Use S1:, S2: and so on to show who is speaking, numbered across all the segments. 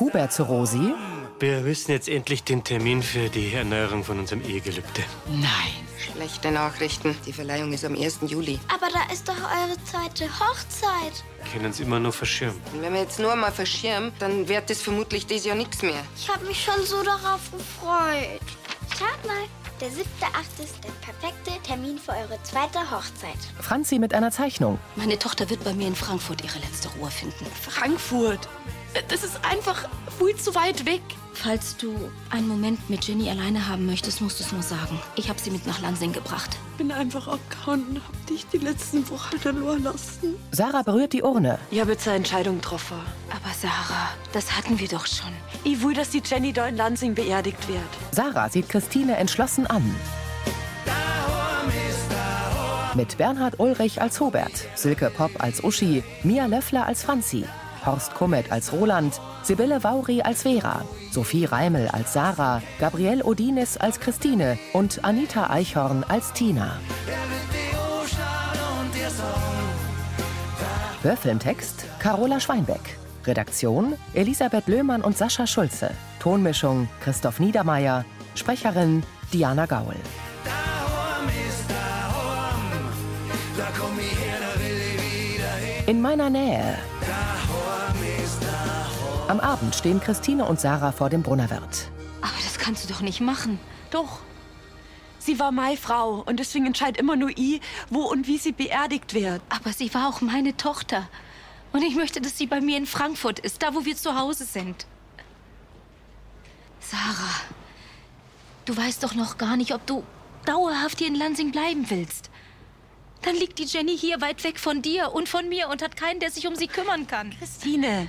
S1: Hubert zu Rosi.
S2: Wir müssen jetzt endlich den Termin für die Erneuerung von unserem Ehegelübde.
S3: Nein. Schlechte Nachrichten. Die Verleihung ist am 1. Juli.
S4: Aber da ist doch eure zweite Hochzeit.
S2: Können uns immer nur verschirmen.
S3: Und wenn wir jetzt nur mal verschirmen, dann wird das vermutlich dieses Jahr nichts mehr.
S4: Ich habe mich schon so darauf gefreut. Schaut mal, der 7.8. ist der perfekte Termin für eure zweite Hochzeit.
S1: Franzi mit einer Zeichnung.
S5: Meine Tochter wird bei mir in Frankfurt ihre letzte Ruhe finden.
S6: Frankfurt. Das ist einfach viel zu weit weg.
S5: Falls du einen Moment mit Jenny alleine haben möchtest, musst du es nur sagen. Ich habe sie mit nach Lansing gebracht.
S6: Bin einfach abgehauen und hab dich die letzten Wochen verloren lassen.
S1: Sarah berührt die Urne.
S7: Ich habe jetzt eine Entscheidung getroffen.
S5: Aber Sarah, das hatten wir doch schon.
S7: Ich will, dass die Jenny da in Lansing beerdigt wird.
S1: Sarah sieht Christine entschlossen an. Mit Bernhard Ulrich als Hubert, Silke Popp als Uschi, Mia Löffler als Franzi, Horst Kummet als Roland, Sibylle Vauri als Vera, Sophie Reimel als Sarah, Gabrielle Odinis als Christine und Anita Eichhorn als Tina. Hörfilmtext Carola Schweinbeck. Redaktion Elisabeth Löhmann und Sascha Schulze. Tonmischung Christoph Niedermeyer. Sprecherin Diana Gaul. In meiner Nähe. Am Abend stehen Christine und Sarah vor dem Brunnerwirt.
S5: Aber das kannst du doch nicht machen.
S7: Doch. Sie war meine Frau und deswegen entscheidet immer nur ich, wo und wie sie beerdigt wird.
S5: Aber sie war auch meine Tochter. Und ich möchte, dass sie bei mir in Frankfurt ist, da wo wir zu Hause sind. Sarah, du weißt doch noch gar nicht, ob du dauerhaft hier in Lansing bleiben willst. Dann liegt die Jenny hier weit weg von dir und von mir und hat keinen, der sich um sie kümmern kann.
S7: Christine,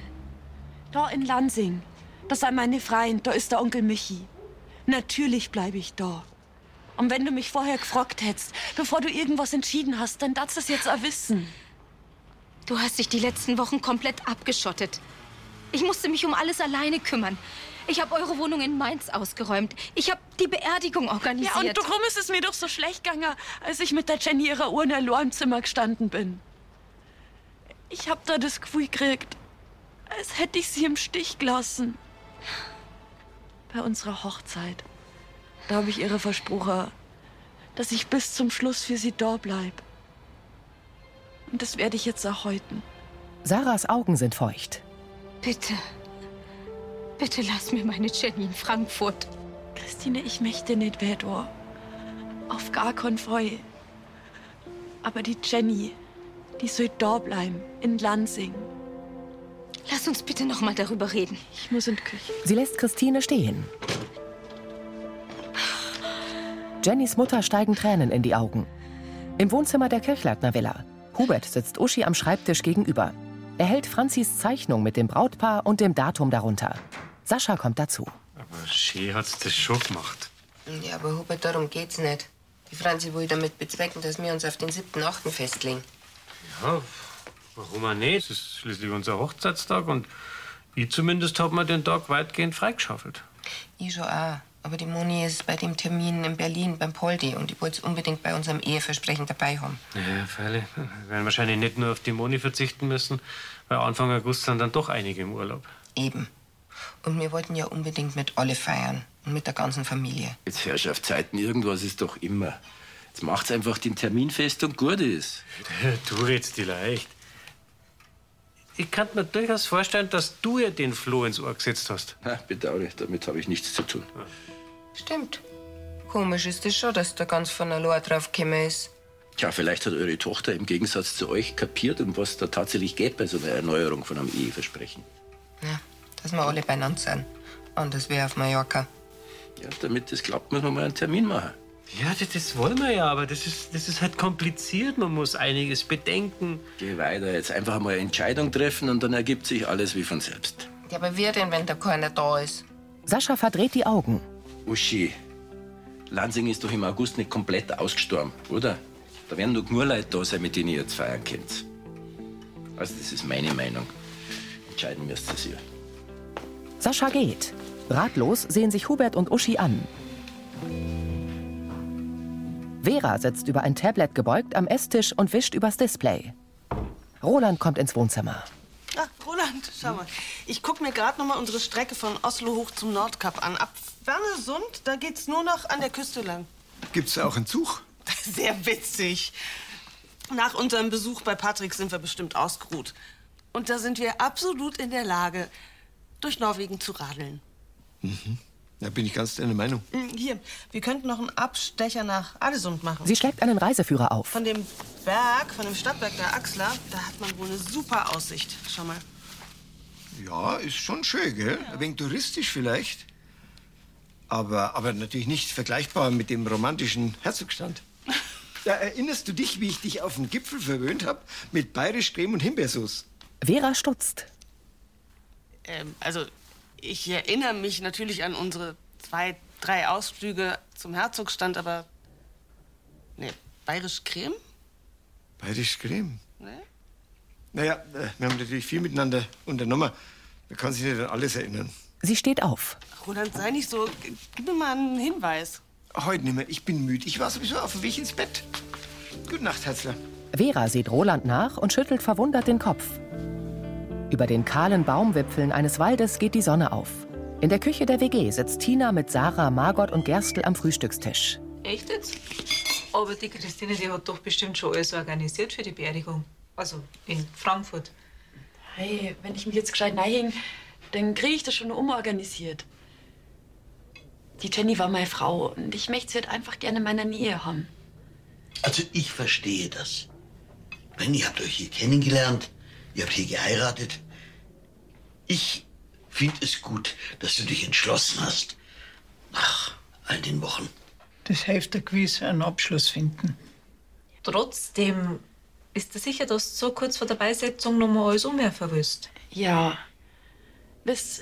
S7: da in Lansing, das sind meine Freien, da ist der Onkel Michi. Natürlich bleibe ich da. Und wenn du mich vorher gefragt hättest, bevor du irgendwas entschieden hast, dann darfst du es jetzt auch wissen.
S5: Du hast dich die letzten Wochen komplett abgeschottet. Ich musste mich um alles alleine kümmern. Ich habe eure Wohnung in Mainz ausgeräumt. Ich habe die Beerdigung organisiert.
S7: Ja, und darum ist es mir doch so schlecht gegangen, als ich mit der Jenny ihrer Urne allein im Zimmer gestanden bin. Ich habe da das Gefühl gekriegt, als hätte ich sie im Stich gelassen. Bei unserer Hochzeit, da habe ich ihre Versprochen, dass ich bis zum Schluss für sie da bleib. Und das werde ich jetzt auch häuten.
S1: Sarahs Augen sind feucht.
S5: Bitte. Bitte lass mir meine Jenny in Frankfurt.
S7: Christine, ich möchte nicht Vedor. Auf gar keinen Fall. Aber die Jenny, die soll da bleiben, in Lansing.
S5: Lass uns bitte noch mal darüber reden.
S7: Ich muss in die Küche.
S1: Sie lässt Christine stehen. Jennys Mutter steigen Tränen in die Augen. Im Wohnzimmer der Kirchleitner Villa. Hubert sitzt Uschi am Schreibtisch gegenüber. Er hält Franzis Zeichnung mit dem Brautpaar und dem Datum darunter. Sascha kommt dazu.
S2: Aber Schee hat's das schon gemacht.
S3: Ja, aber Hubert, darum geht's nicht. Die Franzi will damit bezwecken, dass wir uns auf den 7.8. festlegen.
S2: Ja, warum auch nicht? Es ist schließlich unser Hochzeitstag und ich zumindest hab mir den Tag weitgehend freigeschaufelt.
S3: Ich schon auch. Aber die Moni ist bei dem Termin in Berlin beim Poldi und ich wollte unbedingt bei unserem Eheversprechen dabei haben.
S2: Naja, freilich. Wir werden wahrscheinlich nicht nur auf die Moni verzichten müssen, weil Anfang August sind dann doch einige im Urlaub.
S3: Eben. Und wir wollten ja unbedingt mit Olle feiern und mit der ganzen Familie.
S8: Jetzt Herrschaftszeiten, irgendwas ist doch immer. Jetzt macht's einfach den Termin fest und gut ist.
S2: Du redst dir leicht. Ich kann mir durchaus vorstellen, dass du ja den Floh ins Ohr gesetzt hast.
S8: Ha, bedauere, damit habe ich nichts zu tun.
S3: Stimmt. Komisch ist es schon, dass da ganz von allein drauf gekommen ist.
S8: Tja, vielleicht hat eure Tochter im Gegensatz zu euch kapiert, um was da tatsächlich geht bei so einer Erneuerung von einem Eheversprechen.
S3: Ja, dass wir alle beieinander sind. Anders wäre auf Mallorca.
S8: Ja, damit das klappt, müssen wir mal einen Termin machen.
S2: Ja, das, das wollen wir ja, aber das ist, das ist halt kompliziert. Man muss einiges bedenken.
S8: Geh weiter, jetzt einfach mal eine Entscheidung treffen und dann ergibt sich alles wie von selbst.
S3: Ja, aber wir denn, wenn da keiner da ist?
S1: Sascha verdreht die Augen.
S8: Uschi, Lansing ist doch im August nicht komplett ausgestorben, oder? Da werden doch nur Leute da sein, mit denen ihr jetzt feiern könnt. Also, das ist meine Meinung. Entscheiden müsst ihr.
S1: Sascha geht. Ratlos sehen sich Hubert und Uschi an. Vera sitzt über ein Tablet gebeugt am Esstisch und wischt übers Display. Roland kommt ins Wohnzimmer.
S6: Ah, Roland, Land. Schau mal, ich guck mir gerade noch mal unsere Strecke von Oslo hoch zum Nordkap an. Ab Wernesund, da geht's nur noch an der Küste lang.
S9: Gibt's da auch einen Zug?
S6: Sehr witzig. Nach unserem Besuch bei Patrick sind wir bestimmt ausgeruht. Und da sind wir absolut in der Lage, durch Norwegen zu radeln.
S9: Mhm. Da bin ich ganz deiner Meinung.
S6: Hm, Hier, wir könnten noch einen Abstecher nach Adesund machen.
S1: Sie schlägt einen Reiseführer auf.
S6: Von dem Berg, von dem Stadtberg der Axler, da hat man wohl eine super Aussicht. Schau mal.
S9: Ja, ist schon schön, gell? Ein wenig touristisch vielleicht. Aber, aber natürlich nicht vergleichbar mit dem romantischen Herzogstand. Ja, erinnerst du dich, wie ich dich auf dem Gipfel verwöhnt habe? Mit bayerisch Creme und Himbeersauce.
S1: Vera stutzt.
S6: Ähm, also, ich erinnere mich natürlich an unsere zwei, drei Ausflüge zum Herzogstand, aber. Nee, bayerisch ne? Creme?
S9: Bayerisch Creme?
S6: Nee?
S9: Naja, äh, wir haben natürlich viel miteinander unternommen. Man kann sich nicht an alles erinnern.
S1: Sie steht auf.
S6: Roland, sei nicht so. G- Gib mir mal einen Hinweis.
S9: Heute nicht mehr. Ich bin müde. Ich war sowieso auf dem Weg ins Bett. Gute Nacht, Herzler.
S1: Vera sieht Roland nach und schüttelt verwundert den Kopf. Über den kahlen Baumwipfeln eines Waldes geht die Sonne auf. In der Küche der WG sitzt Tina mit Sarah, Margot und Gerstl am Frühstückstisch.
S10: Echt jetzt? Aber die Christine, die hat doch bestimmt schon alles organisiert für die Beerdigung. Also in Frankfurt.
S7: Hey, wenn ich mich jetzt gescheit neihing, dann kriege ich das schon umorganisiert. Die Jenny war meine Frau und ich möchte sie halt einfach gerne in meiner Nähe haben.
S11: Also ich verstehe das. Nein, ihr habt euch hier kennengelernt, ihr habt hier geheiratet. Ich finde es gut, dass du dich entschlossen hast. Nach all den Wochen.
S12: Das hilft dir gewiss, einen Abschluss finden.
S10: Trotzdem ist es sicher, dass du so kurz vor der Beisetzung noch mal alles umwerfen willst.
S7: Ja. Wisst,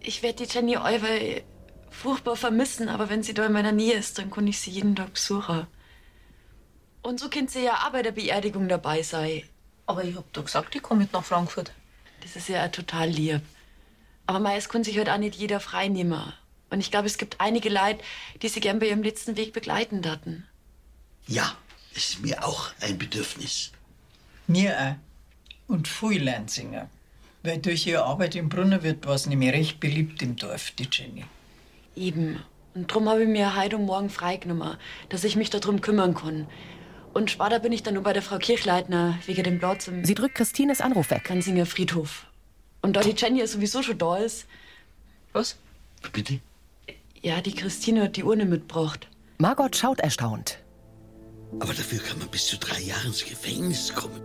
S7: ich werde die Jenny Euwe furchtbar vermissen, aber wenn sie da in meiner Nähe ist, dann kann ich sie jeden Tag besuchen. Und so könnt sie ja auch bei der Beerdigung dabei sein.
S10: Aber ich hab doch gesagt, ich komme mit nach Frankfurt.
S7: Das ist ja auch total lieb. Aber meist kann sich heute auch nicht jeder freinehmen. Und ich glaube, es gibt einige Leute, die sie gern bei ihrem letzten Weg begleiten daten.
S11: Ja, es ist mir auch ein Bedürfnis.
S12: Mir auch. Und viele Leinsinger. Weil durch ihre Arbeit im Brunnen wird was nämlich recht beliebt im Dorf, die Jenny.
S7: Eben. Und drum habe ich mir heute und morgen freigenommen, dass ich mich darum kümmern kann. Und später bin ich dann nur bei der Frau Kirchleitner wegen dem Platz im
S1: Sie drückt Christines Anruf weg.
S7: Kanzinger Friedhof. Und da die Jenny ja sowieso schon da ist.
S10: Was?
S11: Bitte?
S7: Ja, die Christine hat die Urne mitgebracht.
S1: Margot schaut erstaunt.
S11: Aber dafür kann man bis zu drei Jahre ins Gefängnis kommen.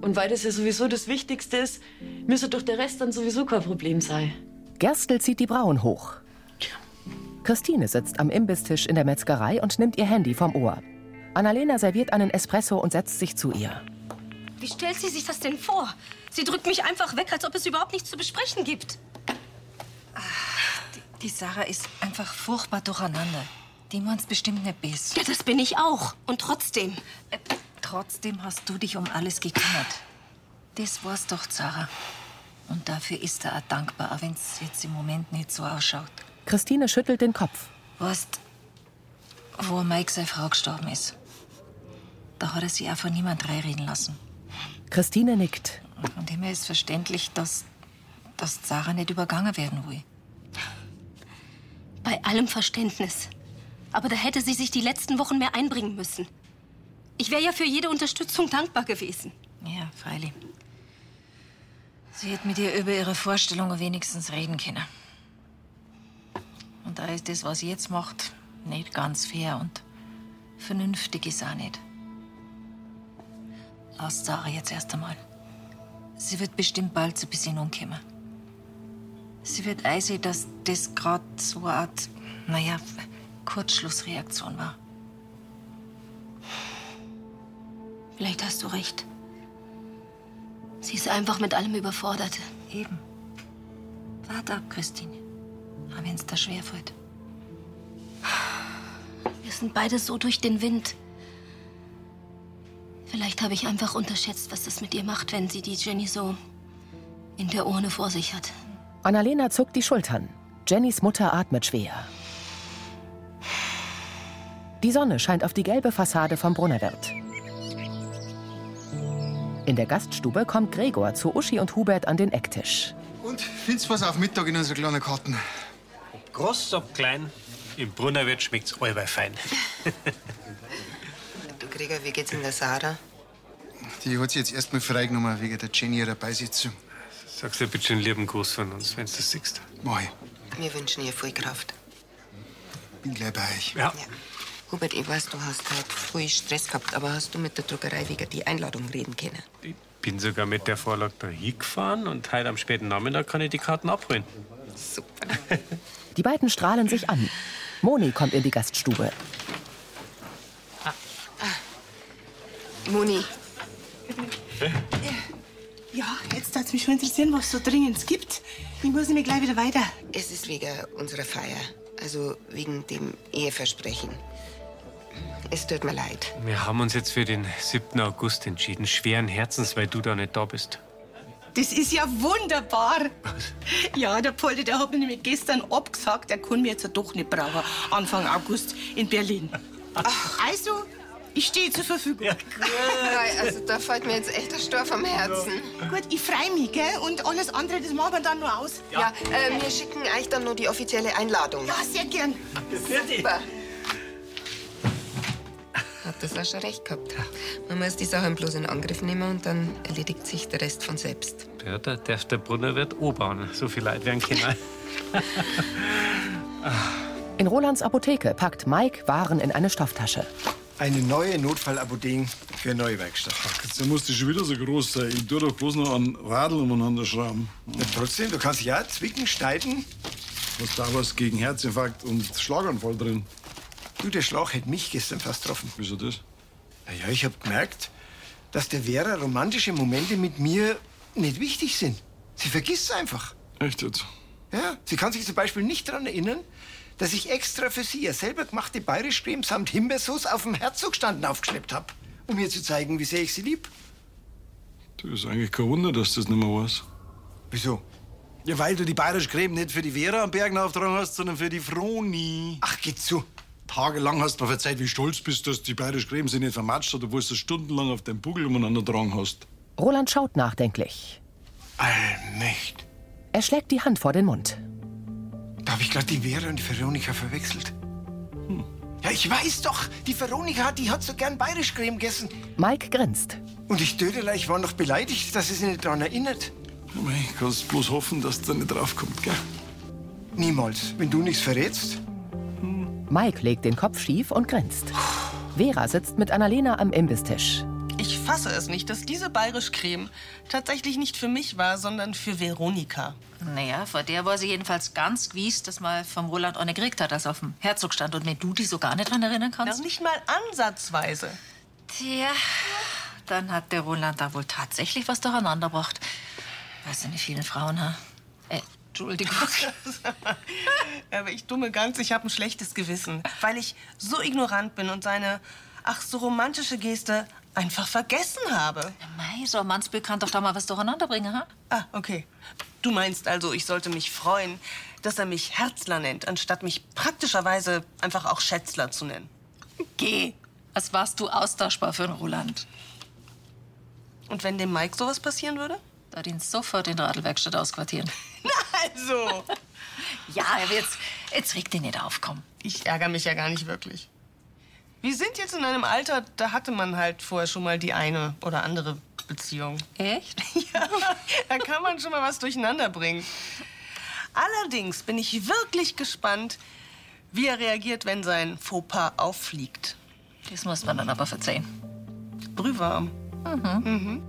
S7: Und weil das ja sowieso das Wichtigste ist, müsste doch der Rest dann sowieso kein Problem sein.
S1: Gerstl zieht die Brauen hoch. Christine sitzt am Imbistisch in der Metzgerei und nimmt ihr Handy vom Ohr. Annalena serviert einen Espresso und setzt sich zu ihr.
S13: Wie stellt sie sich das denn vor? Sie drückt mich einfach weg, als ob es überhaupt nichts zu besprechen gibt.
S14: Die Sarah ist einfach furchtbar durcheinander. Die meint's bestimmt nicht bis.
S13: Ja, das bin ich auch. Und trotzdem.
S14: Trotzdem hast du dich um alles gekümmert. Das war's doch, Sarah. Und dafür ist er auch dankbar, auch wenn's jetzt im Moment nicht so ausschaut.
S1: Christine schüttelt den Kopf.
S14: Weißt, wo Mike seine Frau gestorben ist, da hat er sie auch von niemand reinreden lassen.
S1: Christine nickt.
S14: Und dem her ist verständlich, dass, dass Sarah nicht übergangen werden will.
S13: Bei allem Verständnis. Aber da hätte sie sich die letzten Wochen mehr einbringen müssen. Ich wäre ja für jede Unterstützung dankbar gewesen.
S14: Ja, freilich. Sie hätte mit ihr über ihre Vorstellungen wenigstens reden können. Und da ist das, was sie jetzt macht, nicht ganz fair und vernünftig ist auch nicht. Lass Sarah jetzt erst einmal. Sie wird bestimmt bald zur Besinnung kommen. Sie wird einsehen, dass das gerade so eine Art, naja, Kurzschlussreaktion war.
S13: Vielleicht hast du recht. Sie ist einfach mit allem überfordert.
S14: Eben. Warte ab, Christine. Auch wenn es dir schwerfällt.
S13: Wir sind beide so durch den Wind. Vielleicht habe ich einfach unterschätzt, was das mit ihr macht, wenn sie die Jenny so in der Urne vor sich hat.
S1: Annalena zuckt die Schultern. Jennys Mutter atmet schwer. Die Sonne scheint auf die gelbe Fassade vom Brunnerwirt. In der Gaststube kommt Gregor zu Uschi und Hubert an den Ecktisch.
S15: Und findest was auf Mittag in unsere kleinen Karten?
S2: Groß, ob klein, im Brunnerwirt schmeckt's allweil fein.
S3: Du Gregor, wie geht's in der Sarah?
S15: Die hat sich jetzt erstmal freigenommen wegen der Jenny ihrer Beisitzung.
S2: Sagst dir bitte einen lieben Gruß von uns, wenn du das siehst.
S15: Mach ich.
S3: Wir wünschen ihr viel Kraft.
S15: Bin gleich bei euch.
S2: Ja.
S3: Hubert, ich weiß, du hast heute früh Stress gehabt, aber hast du mit der Druckerei wegen die Einladung reden können?
S2: Bin sogar mit der Vorlage da hingefahren und heute am späten Nachmittag kann ich die Karten abholen.
S1: Die beiden strahlen sich an. Moni kommt in die Gaststube.
S3: Moni,
S16: Ja, jetzt würde mich schon interessieren, was es so dringend gibt. Ich muss nämlich gleich wieder weiter.
S3: es ist wegen unserer Feier. Also wegen dem Eheversprechen. Es tut mir leid.
S2: Wir haben uns jetzt für den 7. August entschieden, schweren Herzens, weil du da nicht da bist.
S16: Das ist ja wunderbar. Ja, der Poldi, der hat mir nämlich gestern abgesagt, er kann mir jetzt doch nicht brauchen. Anfang August in Berlin. also, ich stehe zur Verfügung.
S3: Nein, also da fällt mir jetzt echt der Stor vom Herzen.
S16: Gut, ich freue mich, gell? Und alles andere, das machen wir dann nur aus.
S3: Ja, äh, wir schicken euch dann nur die offizielle Einladung.
S16: Ja, sehr gern.
S3: Super. Hat das auch schon recht gehabt. Man muss die Sachen bloß in Angriff nehmen und dann erledigt sich der Rest von selbst.
S2: Ja, da darf der Brunnerwirt obern. So viel Leid werden können.
S1: In Rolands Apotheke packt Mike Waren in eine Stofftasche.
S9: Eine neue Notfallapotheke für neue Werkstatt.
S17: Jetzt musst du schon wieder so groß sein. Ich tue doch bloß noch an Radl umeinander schrauben.
S9: trotzdem, du kannst ja zwicken, schneiden.
S17: Hast da was gegen Herzinfarkt und Schlaganfall drin?
S9: Du, der Schlauch hätte mich gestern fast getroffen.
S17: Wieso das?
S9: Naja, ich hab gemerkt, dass der Vera romantische Momente mit mir nicht wichtig sind. Sie vergisst einfach.
S17: Echt jetzt?
S9: Ja, sie kann sich zum Beispiel nicht daran erinnern, dass ich extra für sie ja selber gemachte Bayerischcreme samt Himbeersauce auf dem Herzogstanden aufgeschleppt hab, um ihr zu zeigen, wie sehr ich sie lieb.
S17: Das ist eigentlich kein Wunder, dass du das nicht mehr weißt.
S9: Wieso?
S17: Ja, weil du die bayerische Creme nicht für die Vera am Bergen auftragen hast, sondern für die Froni.
S9: Ach, geh zu.
S17: Tagelang hast du mir verzeiht, wie stolz bist, dass die bayerische Creme sich nicht vermatscht hat, obwohl du sie stundenlang auf deinem Bugel umeinander tragen hast.
S1: Roland schaut nachdenklich.
S9: Äh, Allmächt.
S1: Er schlägt die Hand vor den Mund.
S9: Da habe ich gerade die Vera und die Veronika verwechselt. Hm. Ja, ich weiß doch, die Veronika, die hat so gern Bayerischcreme gegessen.
S1: Mike grinst.
S9: Und ich Dödela, ich war noch beleidigt, dass sie sich nicht daran erinnert.
S17: Ja, mei, kannst bloß hoffen, dass du da nicht draufkommst, gell?
S9: Niemals, wenn du nichts verrätst.
S1: Mike legt den Kopf schief und grinst. Vera sitzt mit Annalena am Imbistisch.
S6: Ich fasse es nicht, dass diese bayerische Creme tatsächlich nicht für mich war, sondern für Veronika.
S14: Naja, vor der war sie jedenfalls ganz gewiss, dass mal vom Roland eine gekriegt hat, als auf dem Herzog stand. Und wenn du dich so gar nicht dran erinnern kannst.
S6: Noch nicht mal ansatzweise.
S14: Tja, dann hat der Roland da wohl tatsächlich was durcheinander gebracht. Weißt du, die vielen Frauen, ha? Äh, Entschuldigung.
S6: Aber ich dumme ganz, ich habe ein schlechtes Gewissen, weil ich so ignorant bin und seine, ach, so romantische Geste einfach vergessen habe.
S14: Mei, so ein Mannsbild kann doch da mal was durcheinander bringen, ha?
S6: Ah, okay. Du meinst also, ich sollte mich freuen, dass er mich Herzler nennt, anstatt mich praktischerweise einfach auch Schätzler zu nennen.
S14: Geh. Als warst du austauschbar für den Roland.
S6: Und wenn dem Mike sowas passieren würde?
S14: Da ihn sofort in der Radlwerkstatt ausquartieren.
S6: Also,
S14: Ja, aber jetzt, jetzt reg dich nicht auf, komm.
S6: ich ärgere mich ja gar nicht wirklich. Wir sind jetzt in einem Alter, da hatte man halt vorher schon mal die eine oder andere Beziehung.
S14: Echt?
S6: Ja, da kann man schon mal was durcheinander bringen. Allerdings bin ich wirklich gespannt, wie er reagiert, wenn sein Fauxpas auffliegt.
S14: Das muss man dann aber verzeihen.
S6: Brühwarm. Mhm.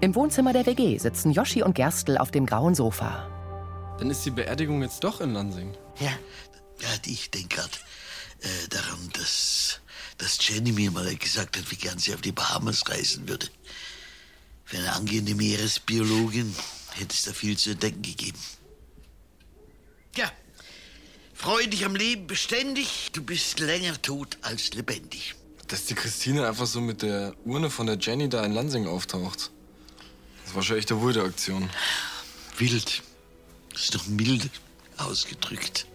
S1: Im Wohnzimmer der WG sitzen Joschi und Gerstl auf dem grauen Sofa.
S18: Dann ist die Beerdigung jetzt doch in Lansing.
S11: Ja. Ja, ich denke gerade äh, daran, dass, dass Jenny mir mal gesagt hat, wie gern sie auf die Bahamas reisen würde. Für eine angehende Meeresbiologin hätte es da viel zu entdecken gegeben. Ja, freu dich am Leben beständig. Du bist länger tot als lebendig.
S18: Dass die Christine einfach so mit der Urne von der Jenny da in Lansing auftaucht. Das war schon echt eine wilde Aktion.
S11: Wild. Ist doch mild ausgedrückt.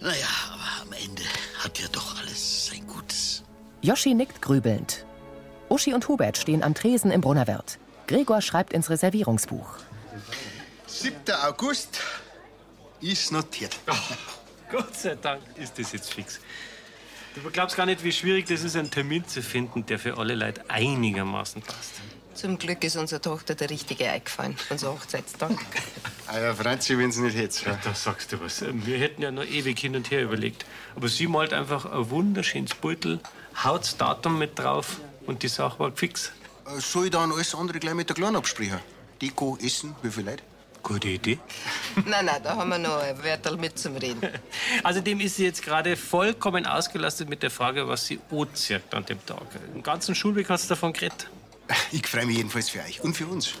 S11: Naja, aber am Ende hat ja doch alles sein Gutes.
S1: Joschi nickt grübelnd. Uschi und Hubert stehen am Tresen im Brunnerwirt. Gregor schreibt ins Reservierungsbuch.
S19: 7. August ist notiert.
S2: Oh, Gott sei Dank ist das jetzt fix. Du glaubst gar nicht, wie schwierig das ist, einen Termin zu finden, der für alle Leute einigermaßen passt.
S3: Zum Glück ist unserer Tochter der richtige eingefallen, unser Hochzeitstag.
S19: Ah ja, Franzi, wenn's nicht hätt's.
S2: Ja, da sagst du was. Wir hätten ja noch ewig hin und her überlegt. Aber sie malt einfach ein wunderschönes Beutel, haut das Datum mit drauf und die Sache war fix.
S19: Äh, Soll ich dann alles andere gleich mit der Kleinen absprechen? Deko, Essen, wie viel Leute?
S2: Gute Idee.
S3: nein, nein, da haben wir noch ein Wörterl mit zum Reden.
S2: Außerdem Also ist sie jetzt gerade vollkommen ausgelastet mit der Frage, was sie anzieht an dem Tag. Den ganzen Schulweg hat sie davon geredet.
S19: Ich freue mich jedenfalls für euch und für uns.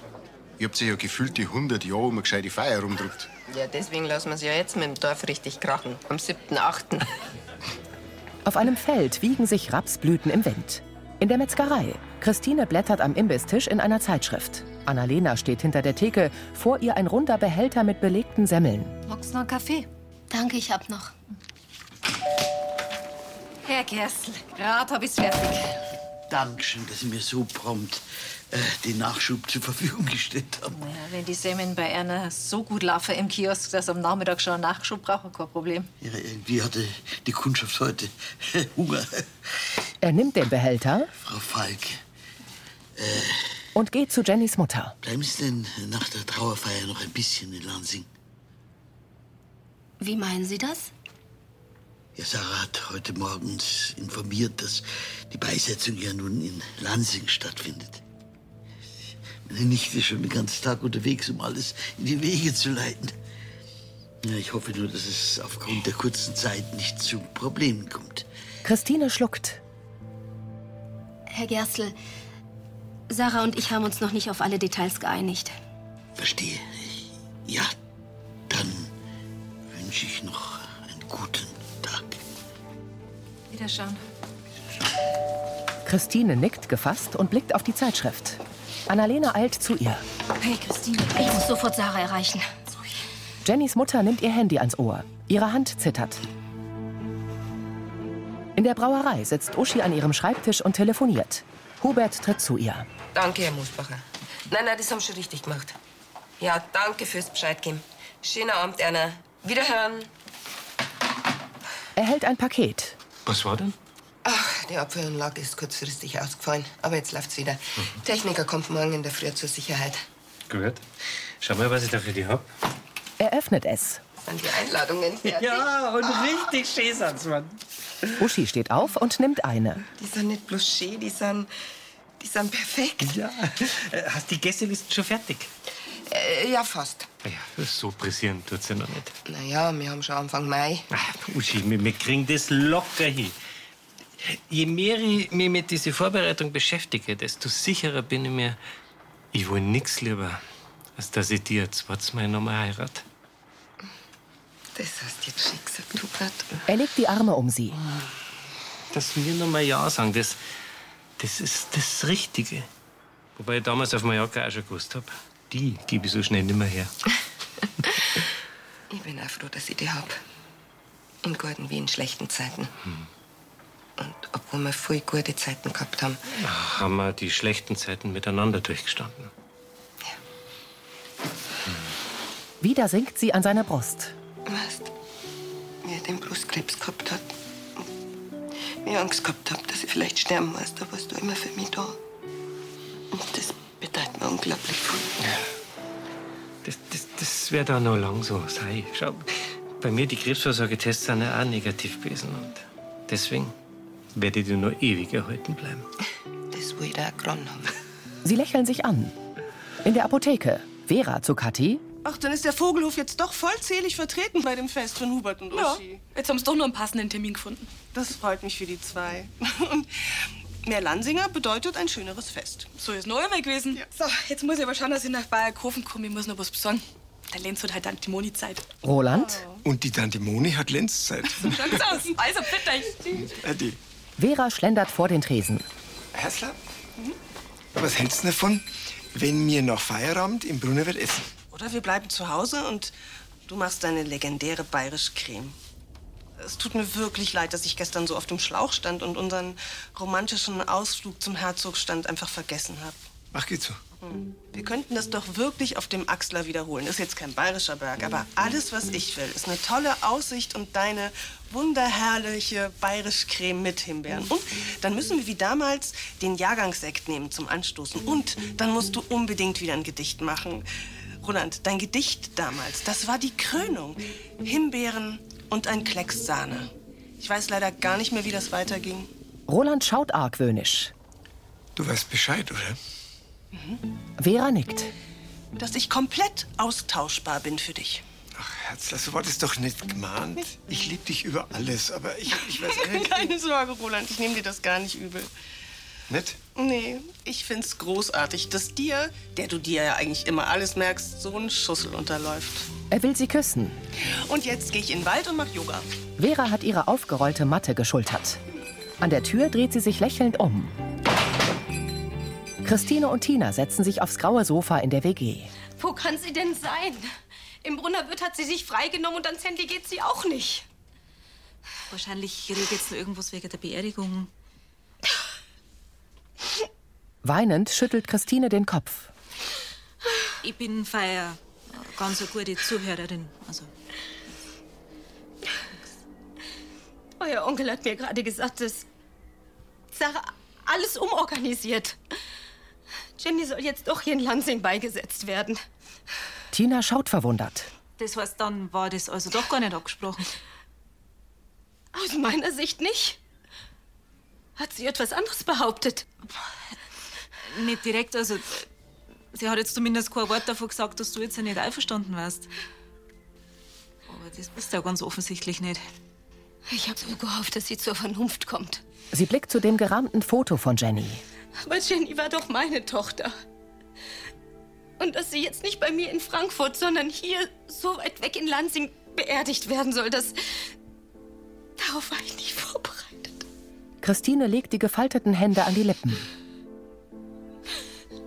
S19: Ihr habt euch ja gefühlt die 100 Jahre um eine gescheite Feier herumgedrückt.
S3: Ja, deswegen lassen wir es ja jetzt mit dem Dorf richtig krachen. Am 7.8.
S1: Auf einem Feld wiegen sich Rapsblüten im Wind. In der Metzgerei. Christine blättert am Imbistisch in einer Zeitschrift. Annalena steht hinter der Theke, vor ihr ein runder Behälter mit belegten Semmeln.
S13: Magst du noch einen Kaffee? Danke, ich hab noch. Herr Gerstl, gerade hab ich's fertig.
S11: Dankeschön, dass Sie mir so prompt äh, den Nachschub zur Verfügung gestellt haben.
S14: Ja, wenn die Semen bei einer so gut laufen im Kiosk, dass am Nachmittag schon einen Nachschub brauchen, kein Problem.
S11: Ja, irgendwie hatte die Kundschaft heute Hunger.
S1: Er nimmt den Behälter
S11: Frau Falk, äh,
S1: und geht zu Jennys Mutter.
S11: bleiben Sie denn nach der Trauerfeier noch ein bisschen in Lansing?
S13: Wie meinen Sie das?
S11: Ja, Sarah hat heute morgens informiert, dass die Beisetzung ja nun in Lansing stattfindet. Meine Nichte ist schon den ganzen Tag unterwegs, um alles in die Wege zu leiten. Ja, ich hoffe nur, dass es aufgrund der kurzen Zeit nicht zu Problemen kommt.
S1: Christine schluckt.
S13: Herr Gerstl, Sarah und ich haben uns noch nicht auf alle Details geeinigt.
S11: Verstehe. Ja, dann wünsche ich noch einen guten Tag.
S14: Wiederschauen.
S1: Christine nickt gefasst und blickt auf die Zeitschrift. Annalena eilt zu ihr.
S13: Hey, Christine, ich muss sofort Sarah erreichen.
S1: Jennys Mutter nimmt ihr Handy ans Ohr. Ihre Hand zittert. In der Brauerei sitzt Uschi an ihrem Schreibtisch und telefoniert. Hubert tritt zu ihr.
S3: Danke, Herr Musbacher. Nein, nein, das haben Sie schon richtig gemacht. Ja, danke fürs Bescheid geben. Schönen Abend, Erna. Wiederhören.
S1: Er hält ein Paket.
S2: Was war denn?
S3: Ach, die Abwehranlage ist kurzfristig ausgefallen, aber jetzt läuft's wieder. Techniker kommt morgen in der Früh zur Sicherheit.
S2: Gehört. Schau mal, was ich da für die hab.
S1: Er öffnet es.
S3: Sind die Einladungen fertig?
S2: Ja, und richtig schön sind's, Mann.
S1: Uschi steht auf und nimmt eine.
S3: Die sind nicht bloß schön, die sind, die sind perfekt.
S2: Ja, Äh, hast die Gästeliste schon fertig?
S3: Äh, ja, fast.
S2: Ja, so pressieren tut's ja noch nicht.
S3: Naja, wir haben schon Anfang Mai.
S2: Uschi, wir, wir kriegen das locker hin. Je mehr ich mich mit dieser Vorbereitung beschäftige, desto sicherer bin ich mir, ich will nichts lieber, als dass ich dir zweites Mal nochmal heirat.
S3: Das hast jetzt schick gesagt, Hubert.
S1: Er legt die Arme um sie.
S2: Dass wir nochmal Ja sagen, das, das ist das Richtige. Wobei ich damals auf Mallorca auch schon gewusst habe, die Hm, gebe ich so schnell nicht mehr her.
S3: Ich bin auch froh, dass ich die hab. In guten wie in schlechten Zeiten. Und obwohl wir viel gute Zeiten gehabt haben,
S2: Ach, haben wir die schlechten Zeiten miteinander durchgestanden.
S1: Wieder sinkt sie an seine Brust.
S3: weißt, wie er den Brustkrebs gehabt hat, wie ich Angst gehabt hab, dass ich vielleicht sterben muss, da warst du immer für mich da. Und das bedeutet mir unglaublich viel.
S2: Das, das, das wird auch noch lang so sein. Schau, bei mir die Krebsvorsorgetests sind ja auch negativ gewesen. Und deswegen werde ich dir noch ewig erhalten bleiben.
S3: Das will ich da auch gerannt haben.
S1: Sie lächeln sich an. In der Apotheke. Vera zu Kathi.
S16: Ach, dann ist der Vogelhof jetzt doch vollzählig vertreten bei dem Fest von Hubert und
S7: Ja,
S16: Uschi.
S7: jetzt haben sie doch nur einen passenden Termin gefunden.
S16: Das freut mich für die zwei. Und mehr Lansinger bedeutet ein schöneres Fest.
S7: So ist noch immer gewesen. So, jetzt muss ich aber schauen, dass ich nach Bayerkofen komme. Ich muss noch was besorgen. Der Lenz hat halt dann die Moni-Zeit.
S1: Roland.
S9: Und die Tante Moni hat Lenzzeit. Äh,
S7: Schaut's aus. Also bitte.
S9: Adi,
S1: Vera schlendert vor den Tresen.
S9: Herzler, was hältst du davon, wenn wir nach Feierabend im Brunnerwirt essen?
S16: Oder wir bleiben zu Hause und du machst deine legendäre bayerisch Creme.
S6: Es tut mir wirklich leid, dass ich gestern so auf dem Schlauch stand und unseren romantischen Ausflug zum Herzogstand einfach vergessen habe.
S9: Ach, geht so.
S6: Wir könnten das doch wirklich auf dem Axler wiederholen. Ist jetzt kein bayerischer Berg, aber alles, was ich will, ist eine tolle Aussicht und deine wunderherrliche Bayerisch-Creme mit Himbeeren. Und dann müssen wir wie damals den Jahrgangssekt nehmen zum Anstoßen. Und dann musst du unbedingt wieder ein Gedicht machen. Roland, dein Gedicht damals, das war die Krönung. Himbeeren und ein Klecks Sahne. Ich weiß leider gar nicht mehr, wie das weiterging.
S1: Roland schaut argwöhnisch.
S9: Du weißt Bescheid, oder?
S1: Vera nickt.
S6: Dass ich komplett austauschbar bin für dich.
S9: Herzler, so war das doch nicht gemeint. Ich liebe dich über alles, aber ich, ich weiß eigentlich
S6: Keine Sorge, Roland, ich nehme dir das gar nicht übel.
S9: nicht.
S6: Nee, ich find's großartig, dass dir, der du dir ja eigentlich immer alles merkst, so ein Schussel unterläuft.
S1: Er will sie küssen.
S6: Und jetzt gehe ich in den Wald und mach Yoga.
S1: Vera hat ihre aufgerollte Matte geschultert. An der Tür dreht sie sich lächelnd um. Christine und Tina setzen sich aufs graue Sofa in der WG.
S13: Wo kann sie denn sein? Im Brunnerwirt hat sie sich freigenommen und ans Handy geht sie auch nicht.
S14: Wahrscheinlich regelt's nur irgendwas wegen der Beerdigung.
S1: Weinend schüttelt Christine den Kopf.
S14: Ich bin feier ganz eine gute Zuhörerin. Also,
S13: Euer Onkel hat mir gerade gesagt, dass Sarah alles umorganisiert. Jenny soll jetzt doch hier in Lansing beigesetzt werden.
S1: Tina schaut verwundert.
S14: das heißt, dann war das also doch gar nicht abgesprochen.
S13: Aus meiner Sicht nicht. Hat sie etwas anderes behauptet?
S14: Nicht direkt, also. Sie hat jetzt zumindest kein Wort davon gesagt, dass du jetzt ja nicht einverstanden warst. Aber das bist du ja ganz offensichtlich nicht.
S13: Ich habe so gehofft, dass sie zur Vernunft kommt.
S1: Sie blickt zu dem gerahmten Foto von Jenny.
S13: Aber Jenny war doch meine Tochter. Und dass sie jetzt nicht bei mir in Frankfurt, sondern hier, so weit weg in Lansing, beerdigt werden soll, das. Darauf war ich nicht vorbereitet.
S1: Christine legt die gefalteten Hände an die Lippen.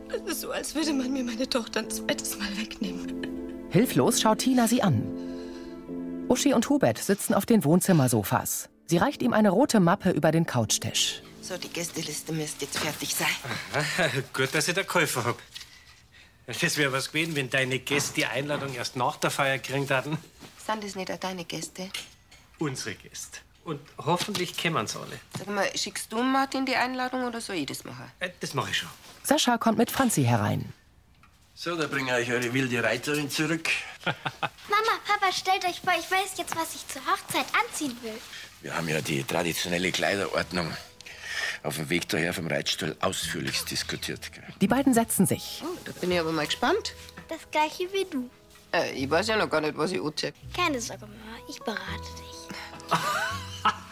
S13: Das ist Also so, als würde man mir meine Tochter ein zweites Mal wegnehmen.
S1: Hilflos schaut Tina sie an. Uschi und Hubert sitzen auf den Wohnzimmersofas. Sie reicht ihm eine rote Mappe über den Couchtisch.
S20: So, die Gästeliste müsste jetzt fertig sein.
S2: Aha, Ah, Gut, dass ich da geholfen hab. Das wäre was gewesen, wenn deine Gäste die Einladung erst nach der Feier gekriegt hatten.
S20: Sind das nicht auch deine Gäste?
S2: Unsere Gäste. Und hoffentlich kämmern's alle.
S20: Sag mal, schickst du Martin die Einladung oder soll ich das machen?
S2: Äh, Das mache ich schon.
S1: Sascha kommt mit Franzi herein.
S8: So, da bringe ich eure wilde Reiterin zurück.
S4: Mama, Papa, stellt euch vor, ich weiß jetzt, was ich zur Hochzeit anziehen will.
S8: Wir haben ja die traditionelle Kleiderordnung auf dem Weg daher vom Reitstall ausführlichst diskutiert. gell?
S1: Die beiden setzen sich.
S20: Oh, da bin ich aber mal gespannt.
S4: Das gleiche wie du.
S20: Äh, ich weiß ja noch gar nicht, was ich anziehe.
S4: Keine Sorge, Mama, ich berate dich.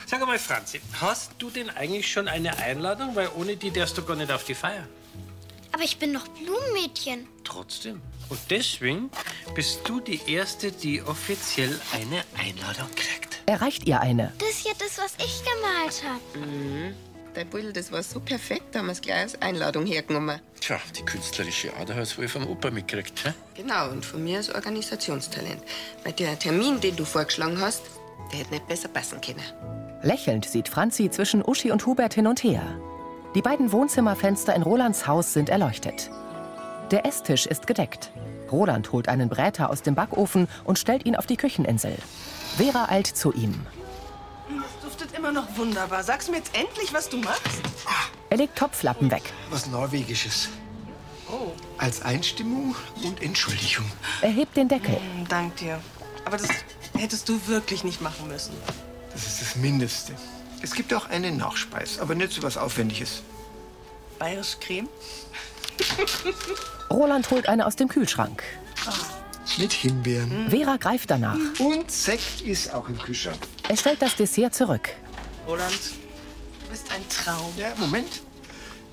S2: Sag mal, Franzi, hast du denn eigentlich schon eine Einladung? Weil ohne die darfst du gar nicht auf die Feier.
S4: Aber ich bin noch Blumenmädchen.
S2: Trotzdem. Und deswegen bist du die Erste, die offiziell eine Einladung kriegt.
S1: Er reicht ihr eine.
S4: Das ist ja das, was ich gemalt habe.
S20: Mhm. Dein Bull, das war so perfekt, da haben wir es gleich als Einladung hergenommen.
S8: Tja, die künstlerische Ader hast du wohl vom Opa mitgekriegt. Hä?
S20: Genau, und von mir ist Organisationstalent. Weil der Termin, den du vorgeschlagen hast, der hätte nicht besser passen können.
S1: Lächelnd sieht Franzi zwischen Uschi und Hubert hin und her. Die beiden Wohnzimmerfenster in Rolands Haus sind erleuchtet. Der Esstisch ist gedeckt. Roland holt einen Bräter aus dem Backofen und stellt ihn auf die Kücheninsel. Vera eilt zu ihm.
S6: Hm, Das duftet immer noch wunderbar. Sag's mir jetzt endlich, was du machst.
S1: Er legt Topflappen weg.
S9: Was Norwegisches.
S6: Oh.
S9: Als Einstimmung und Entschuldigung.
S1: Er hebt den Deckel.
S6: Hm, Dank dir. Aber das hättest du wirklich nicht machen müssen.
S9: Das ist das Mindeste. Es gibt auch einen Nachspeis, aber nicht so was Aufwendiges.
S6: Bayerisch Creme?
S1: Roland holt eine aus dem Kühlschrank.
S9: Ah, Mit Himbeeren.
S1: Vera greift danach.
S9: Und Sekt ist auch im Kühlschrank.
S1: Er stellt das Dessert zurück.
S6: Roland, du bist ein Traum.
S9: Ja, Moment.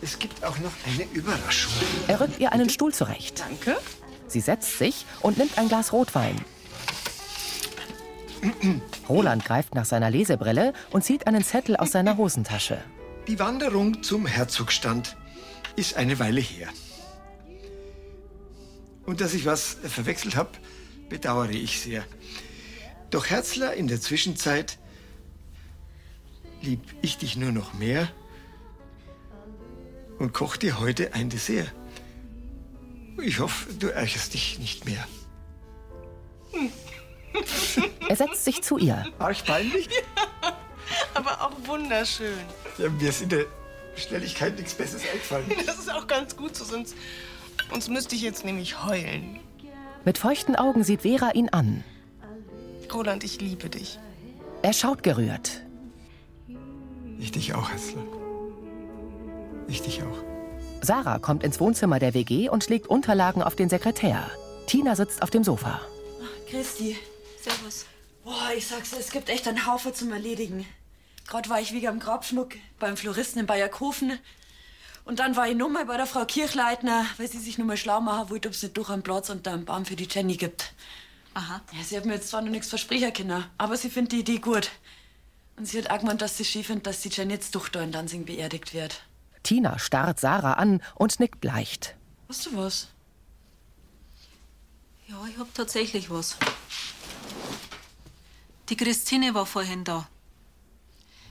S9: Es gibt auch noch eine Überraschung.
S1: Er rückt ihr einen Stuhl zurecht.
S6: Danke.
S1: Sie setzt sich und nimmt ein Glas Rotwein. Roland greift nach seiner Lesebrille und zieht einen Zettel aus seiner Hosentasche.
S9: Die Wanderung zum Herzogstand ist eine Weile her. Und dass ich was verwechselt habe, bedauere ich sehr. Doch Herzler in der Zwischenzeit lieb ich dich nur noch mehr und koch dir heute ein Dessert. Ich hoffe, du ärgerst dich nicht mehr.
S1: Er setzt sich zu ihr.
S9: Arg peinlich?
S6: Aber auch wunderschön.
S9: Ja, mir ist in der Schnelligkeit nichts Besseres eingefallen.
S6: Das ist auch ganz gut so, sonst, sonst müsste ich jetzt nämlich heulen.
S1: Mit feuchten Augen sieht Vera ihn an.
S6: Roland, ich liebe dich.
S1: Er schaut gerührt.
S9: Ich dich auch, Herzl. Ich dich auch.
S1: Sarah kommt ins Wohnzimmer der WG und legt Unterlagen auf den Sekretär. Tina sitzt auf dem Sofa.
S7: Christi. Servus. Boah, ich sag's, dir, es gibt echt einen Haufen zum Erledigen. Gerade war ich wieder am Grabschmuck beim Floristen in Bayerkofen. Und dann war ich nochmal bei der Frau Kirchleitner, weil sie sich nochmal schlau machen wollte, ob es nicht durch einen Platz unter einem Baum für die Jenny gibt. Aha. Ja, sie hat mir jetzt zwar noch nichts versprechen können, aber sie findet die Idee gut. Und sie hat auch gemeint, dass sie schief findet, dass die Jenny jetzt doch da in Lansing beerdigt wird.
S1: Tina starrt Sarah an und nickt leicht.
S7: Hast du was?
S10: Ja, ich hab tatsächlich was.
S7: Die Christine war vorhin da.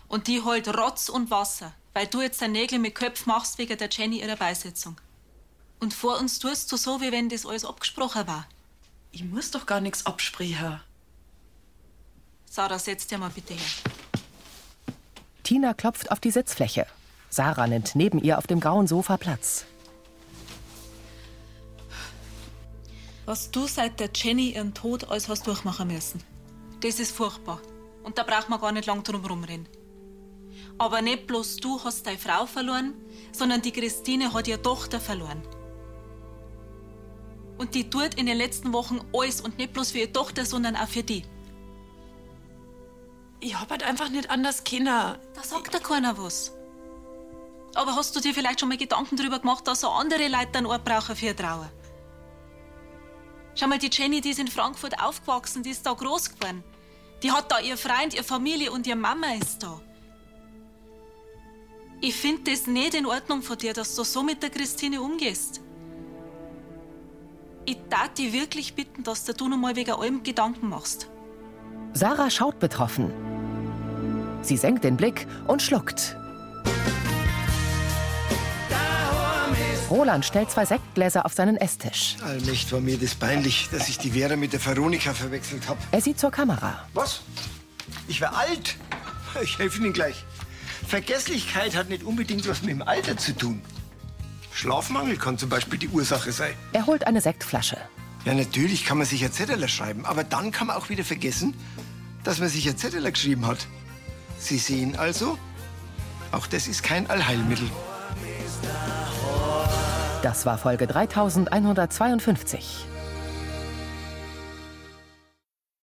S10: Und die heult Rotz und Wasser, weil du jetzt dein Nägel mit Köpf machst wegen der Jenny ihrer Beisetzung.
S7: Und vor uns tust du so, wie wenn das alles abgesprochen war. Ich muss doch gar nichts absprechen.
S10: Sarah, setz dir mal bitte her.
S1: Tina klopft auf die Sitzfläche. Sarah nimmt neben ihr auf dem grauen Sofa Platz.
S10: Was du seit der Jenny ihren Tod alles hast durchmachen müssen. Das ist furchtbar. Und da braucht man gar nicht lang drum rumreden. Aber nicht bloß du hast deine Frau verloren, sondern die Christine hat ihre Tochter verloren. Und die tut in den letzten Wochen alles und nicht bloß für ihre Tochter, sondern auch für die.
S7: Ich hab halt einfach nicht anders Kinder.
S10: Da sagt da keiner was. Aber hast du dir vielleicht schon mal Gedanken darüber gemacht, dass auch andere Leute einen Ort brauchen für ihre Trauer? Schau mal, die Jenny, die ist in Frankfurt aufgewachsen, die ist da groß geworden. Die hat da ihr Freund, ihre Familie und ihre Mama ist da. Ich finde das nicht in Ordnung von dir, dass du so mit der Christine umgehst. Ich darf dich wirklich bitten, dass du dir noch mal wegen allem Gedanken machst.
S1: Sarah schaut betroffen. Sie senkt den Blick und schluckt. Roland stellt zwei Sektgläser auf seinen Esstisch.
S9: Allmächt war mir das peinlich, dass ich die Vera mit der Veronika verwechselt habe.
S1: Er sieht zur Kamera.
S9: Was? Ich war alt. Ich helfe Ihnen gleich. Vergesslichkeit hat nicht unbedingt was mit dem Alter zu tun. Schlafmangel kann zum Beispiel die Ursache sein.
S1: Er holt eine Sektflasche.
S9: Ja, natürlich kann man sich ein Zettel schreiben, aber dann kann man auch wieder vergessen, dass man sich ein Zettel geschrieben hat. Sie sehen also, auch das ist kein Allheilmittel.
S1: Das war Folge 3152.